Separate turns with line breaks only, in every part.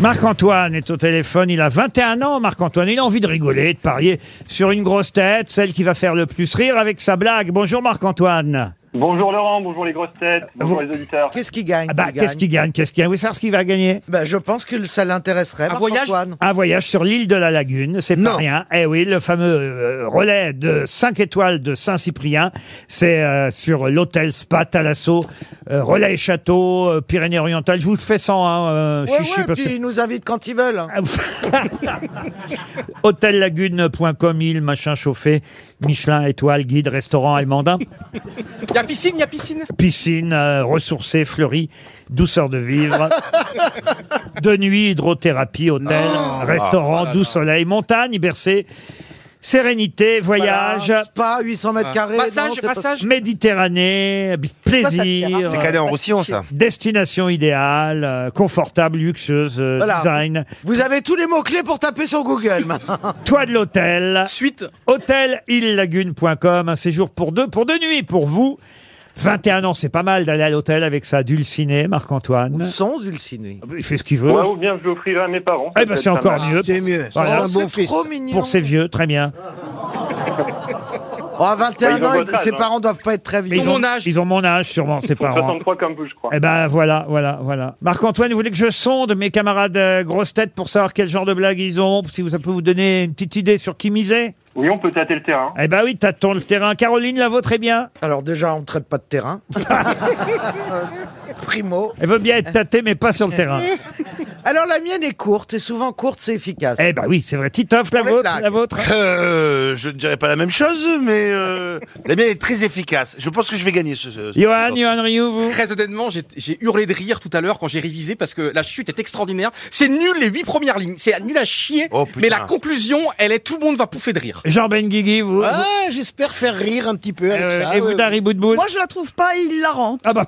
Marc-Antoine est au téléphone, il a 21 ans, Marc-Antoine, il a envie de rigoler, de parier sur une grosse tête, celle qui va faire le plus rire avec sa blague. Bonjour Marc-Antoine.
Bonjour Laurent, bonjour les grosses têtes, bonjour
Vous-
les auditeurs.
Qu'est-ce qu'il gagne,
Ah bah,
qu'il
qu'est-ce
gagne
qu'il gagne Qu'est-ce qu'il gagne Vous savez ce qu'il va gagner
Bah, Je pense que ça l'intéresserait. Un
voyage
Un voyage sur l'île de la Lagune, c'est pas
Non.
rien. Eh oui, le fameux euh, relais de 5 étoiles de Saint-Cyprien, c'est euh, sur l'hôtel Spa Talasso, euh, relais et château, euh, Pyrénées-Orientales. Je vous le fais sans, hein, euh,
Ouais,
chichi,
ouais,
parce
puis
que-
ils nous invitent quand ils veulent.
Ah, ouf. Hôtellagune.com, île, machin chauffé, Michelin, étoile, guide, restaurant allemandin,
Y a piscine, y a piscine.
piscine, euh, ressourcée, fleurie, douceur de vivre, de nuit, hydrothérapie, hôtel, restaurant, doux soleil, montagne, bercé, sérénité, voyage,
Pas 800
Ah.
mètres carrés. non,
Passage,
c'est pas-
passage.
Méditerranée, b- plaisir,
C'est cadet en roussillon, ça.
destination idéale, euh, confortable, luxueuse, euh,
Voilà.
design,
Vous avez tous les mots-clés pour taper sur Google. maintenant.
toit de l'hôtel,
Suite.
hôtelillagune.com, un séjour pour deux, pour deux nuits pour vous. 21 ans, c'est pas mal d'aller à l'hôtel avec sa dulcinée, Marc-Antoine.
Son dulciné.
Il fait ce qu'il veut.
Moi, ou bien je l'offrirai à mes parents.
Eh ben, c'est encore mieux
C'est mieux.
Voilà.
Oh,
Un
c'est trop mignon.
pour ses vieux, très bien.
Oh, à
Bah,
21
ils ont
ans,
votre
ils- ses
âge, hein.
parents doivent pas être très
Mais
vieux.
ils
mon
ont,
âge.
Ils ont mon âge, sûrement, ses parents.
63 comme vous, je crois.
Eh ben voilà, voilà, voilà. Marc-Antoine, vous voulez que je sonde mes camarades euh, grosses têtes pour savoir quel genre de blague ils ont, si vous- ça peut vous donner une petite idée sur qui miser
Oui, on peut tâter le terrain.
Eh ben oui, tâtons le terrain. Caroline, la vôtre est bien.
Alors déjà, on ne traite pas de terrain. Euh, Primo.
Elle veut bien être tâtée, mais pas sur le terrain.
Alors la mienne est courte, et souvent courte, c'est efficace.
Eh ben oui, c'est vrai. Titoff, la
Pour les
vôtre,
blagues.
la vôtre.
Euh, je ne dirais pas la même chose, mais euh, la mienne est très efficace. Je pense que je vais gagner ce. ce- ce-
Johan, Johan Rioux, vous
Très honnêtement, j'ai- j'ai hurlé de rire tout à l'heure quand j'ai révisé parce que la chute est extraordinaire. C'est nul les huit premières lignes. C'est nul à chier.
Oh, putain.
mais la conclusion, elle est tout le monde va pouffer de rire.
Jean Benguigui, vous
Ah, j'espère faire rire un petit peu avec
Euh,
ça.
Et
ouais,
vous, Dari Boudboul
Moi, je la trouve pas hilarante.
ah bah,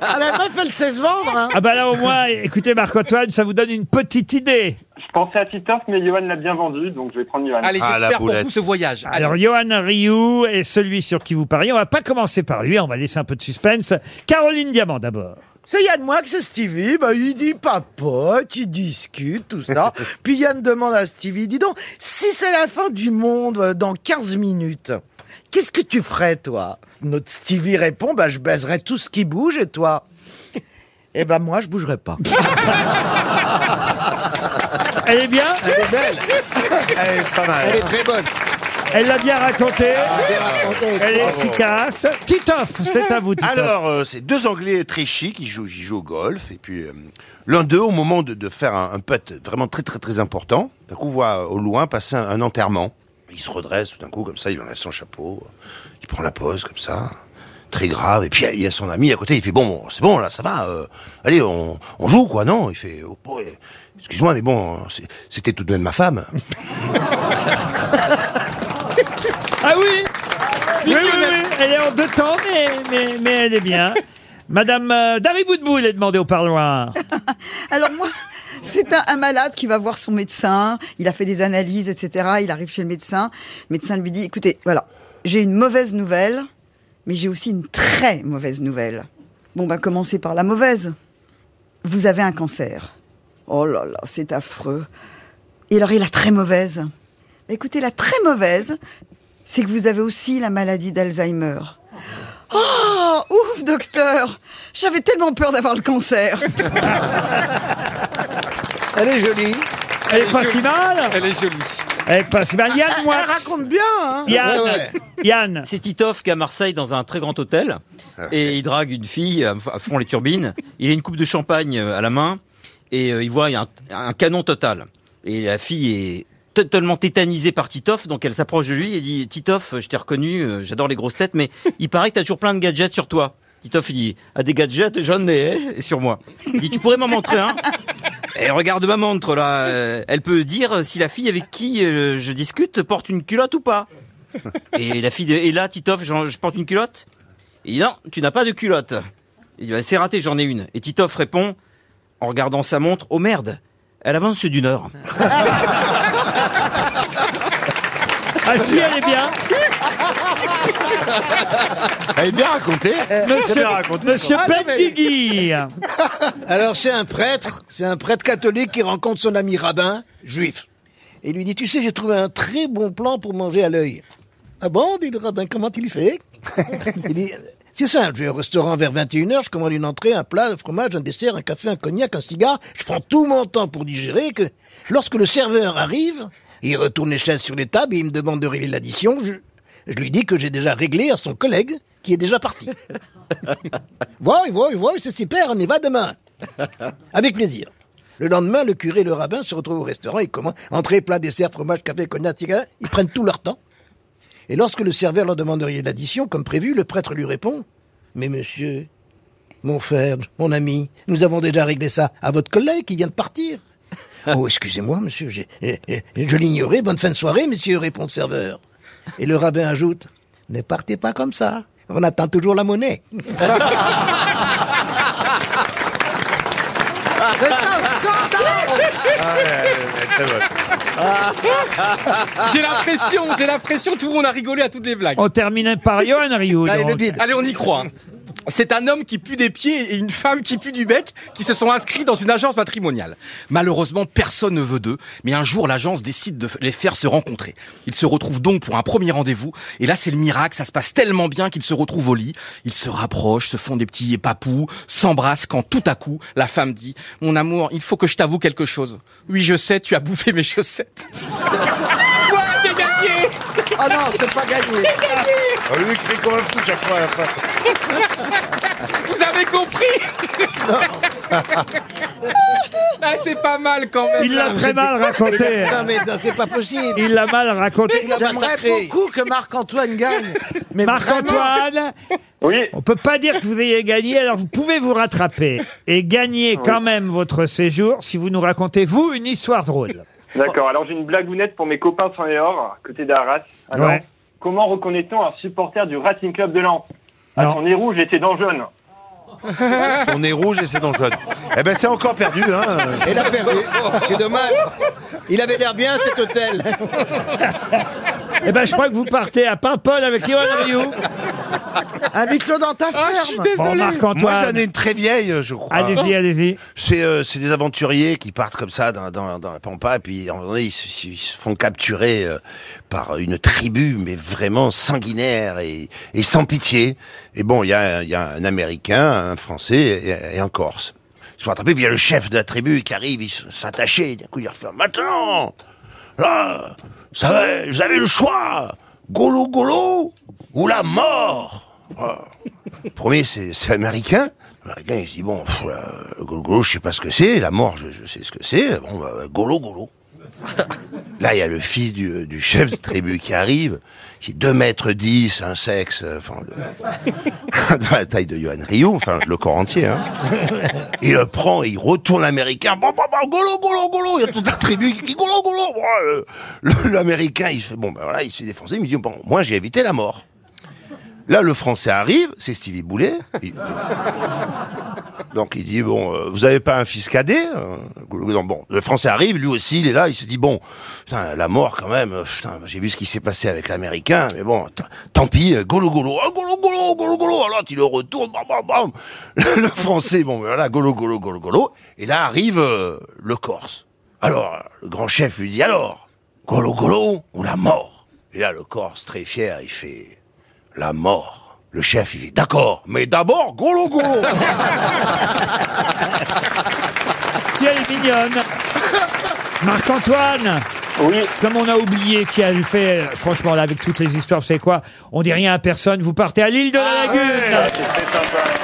Ah, la meuf, elle sait se vendre. hein.
ah bah là au moins, écoutez Marc-Antoine, ça vous donne une petite idée.
Je pensais à Titoff, mais Johan l'a bien vendu, donc je vais prendre Johan.
Allez,
Ah, la
j'espère pour
boulette.
vous ce voyage. Allez.
Alors Johan Rioux est celui sur qui vous pariez. On va pas commencer par lui, on va laisser un peu de suspense. Caroline Diamant d'abord.
C'est Yann Moix, c'est Stevie, bah, il dit papote, il discute, tout ça. Puis Yann demande à Stevie, dis donc, si c'est la fin du monde euh, dans 15 minutes, qu'est-ce que tu ferais, toi Notre Stevie répond, bah, je baiserais tout ce qui bouge, et toi Eh ben moi, je bougerais pas.
Elle est bien
Elle est belle,
Eh, c'est pas mal.
elle est très bonne.
Elle l'a bien raconté
Bien racontée.
Elle est efficace. Titoff, c'est à vous. Titoff.
Alors, euh, c'est deux Anglais très chics, ils jouent, ils jouent au golf, et puis euh, l'un d'eux, au moment de, de faire un, un putt vraiment très très très important, d'un coup, voit euh, au loin passer un, un enterrement. Il se redresse tout d'un coup, comme ça, il enlève son chapeau, euh, il prend la pose, comme ça, très grave, et puis il y a son ami à côté, il fait, bon, bon, c'est bon, là, ça va, euh, allez, on, on joue, quoi, non Il fait, oh, boy, excuse-moi, mais bon, hein, c'est- c'était tout de même ma femme.
Ah oui oui, oui, oui, elle est en deux temps, mais, mais, mais elle est bien. Madame euh, Dari Boudboul est demandée au parloir.
Alors moi, c'est un, un malade qui va voir son médecin, il a fait des analyses, etc. Il arrive chez le médecin, le médecin lui dit, écoutez, voilà, j'ai une mauvaise nouvelle, mais j'ai aussi une très mauvaise nouvelle. Bon, bah commencez par la mauvaise. Vous avez un cancer. Oh là là, c'est affreux. Et alors, et la très mauvaise Ben, Écoutez, la très mauvaise, c'est que vous avez aussi la maladie d'Alzheimer. Oh, ouf, docteur J'avais tellement peur d'avoir le cancer
Elle est jolie.
Elle est pas si mal
Elle est jolie.
Elle est pas si mal. Yann, moi
Elle raconte bien, hein
Yann,
Ouais, ouais.
Yann,
C'est Titoff qui est à Marseille dans un très grand hôtel et il drague une fille à à fond les turbines. Il a une coupe de champagne euh, à la main et euh, il voit un, un canon total. Et la fille est totalement tétanisée par Titoff, donc elle s'approche de lui et dit Titoff, je t'ai reconnu, euh, j'adore les grosses têtes, mais il paraît que t'as toujours plein de gadgets sur toi. Titoff, il dit Ah, des gadgets, j'en ai, hein, et sur moi. Il dit Tu pourrais m'en montrer un et regarde ma montre là, euh, elle peut dire si la fille avec qui euh, je discute porte une culotte ou pas. Et la fille de et là, Titoff, j'en- je porte une culotte Il dit non, tu n'as pas de culotte. Il dit bah, c'est raté, j'en ai une. Et Titoff répond en regardant sa montre, oh merde, elle avance d'une heure.
ah si, elle est bien.
Elle est bien racontée.
Monsieur-
bien raconté,
Monsieur
Ah, non, mais-
Benguigui.
Alors c'est un prêtre, c'est un prêtre catholique qui rencontre son ami rabbin juif. Et il lui dit, tu sais, j'ai trouvé un très bon plan pour manger à l'œil. Ah bon, dit le rabbin, comment il fait Il dit, c'est simple, je vais au restaurant vers 21h, je commande une entrée, un plat, un fromage, un dessert, un café, un cognac, un cigare, je prends tout mon temps pour digérer, que lorsque le serveur arrive, il retourne les chaises sur les tables et il me demande de régler l'addition, je, je lui dis que j'ai déjà réglé à son collègue qui est déjà parti. Voy, voy, voy, c'est super, on y va demain. Avec plaisir. Le lendemain, le curé et le rabbin se retrouvent au restaurant, ils commandent entrée, plat, dessert, fromage, café, cognac, cigare, ils prennent tout leur temps. Et lorsque le serveur leur demande de régler l'addition, comme prévu, le prêtre lui répond Mais monsieur, mon frère, mon ami, nous avons déjà réglé ça à votre collègue qui vient de partir. Oh, excusez-moi, monsieur, j'ai- eh, eh, je l'ignorais. Bonne fin de soirée, monsieur, répond le serveur. Et le rabbin ajoute Ne partez pas comme ça, on attend toujours la monnaie.
J'ai l'impression, j'ai l'impression, tout le monde a rigolé à toutes les blagues.
On termine par Johan Rioux.
Allez, le
donc.
bide.
Allez, on y croit. C'est un homme qui pue des pieds et une femme qui pue du bec qui se sont inscrits dans une agence matrimoniale. Malheureusement, personne ne veut d'eux, mais un jour l'agence décide de les faire se rencontrer. Ils se retrouvent donc pour un premier rendez-vous et là c'est le miracle, ça se passe tellement bien qu'ils se retrouvent au lit, ils se rapprochent, se font des petits papous, s'embrassent quand tout à coup la femme dit "Mon amour, il faut que je t'avoue quelque chose. Oui, je sais, tu as bouffé mes chaussettes." Quoi, j'ai gagné
Ah non, c'est pas gagné.
On lui crie comme un fou chaque fois à la fin.
Vous avez compris Ah, c'est pas mal quand même.
Il l'a très mal raconté.
Non, mais non, c'est pas possible.
Il l'a mal raconté.
Il a
J'aimerais
massacré.
beaucoup que Marc-Antoine gagne. Mais
Marc-Antoine,
Oui,
on peut pas dire que vous ayez gagné, alors vous pouvez vous rattraper et gagner quand même votre séjour si vous nous racontez, vous, une histoire drôle.
d'accord. Alors j'ai une blagounette pour mes copains sans et or, côté d'Arras. Alors,
Ouais.
comment reconnaît-on un supporter du Racing Club de Lens Ah,
Non.
son nez rouge était dans jaune.
On est rouge et c'est dans le jaune. Eh ben, c'est encore perdu, hein.
Il a perdu. C'est dommage. Il avait l'air bien cet hôtel.
Eh ben, je crois que vous partez à Paimpol avec Johan Rioux.
Avec l'eau dans ta
Ah, je suis
ferme.
Bon,
désolé.
Moi, j'en
Marc-Antoine,
ai une très vieille, je crois.
allez-y, allez-y.
C'est euh, c'est des aventuriers qui partent comme ça dans, dans, dans la pampa et puis à un moment donné, ils, se- ils se font capturer euh, par une tribu mais vraiment sanguinaire et, et sans pitié. Et bon, il y a, il y a un Américain, un Français et, et un Corse. Ils se font attraper, puis il y a le chef de la tribu qui arrive, il s- s'attacher, d'un coup il refait « Maintenant Là, ça va, vous avez le choix Golo Golo ou la mort Voilà. Le premier, c'est c'est l'américain. L'américain, il se dit, bon, pff, là, le golo, golo, je sais pas ce que c'est. La mort, je, je sais ce que c'est. Bon, bah, golo, golo. Là, il y a le fils du, du chef de tribu qui arrive, qui est 2 mètres 10, un sexe, euh, enfin, de, de la taille de Johan Rio, enfin, le corps entier, hein. Il le prend, et il retourne l'américain, bon, bon, bon, golo, golo, golo, il y a toute la tribu qui dit golo, golo. Bon, euh, le- L'américain, il fait, bon, ben voilà, il se fait défoncer, il me dit, bon, moi, j'ai évité la mort. Là, le français arrive, c'est Stevie Boulet. Il- Donc il dit, bon, euh, vous avez pas un fils cadet Euh, non, Bon, le français arrive, lui aussi, il est là, il se dit, bon, putain, la mort quand même, euh, putain, j'ai vu ce qui s'est passé avec l'américain, mais bon, t- tant pis, euh, golo golo, oh, golo golo, golo golo, alors il le retourne, bam bam bam. Le français, bon, voilà, golo golo, golo golo, et là arrive euh, le Corse. Alors, le grand chef lui dit, alors, golo golo ou la mort Et là, le Corse, très fier, il fait, la mort. Le chef, il dit, d'accord, mais d'abord, golo golo.
Qui elle est mignonne. Marc-Antoine,
Oui,
comme on a oublié qui a fait, euh, franchement, là, avec toutes les histoires, vous savez quoi On dit rien à personne, vous partez à l'île de la Lagune.
c'est sympa.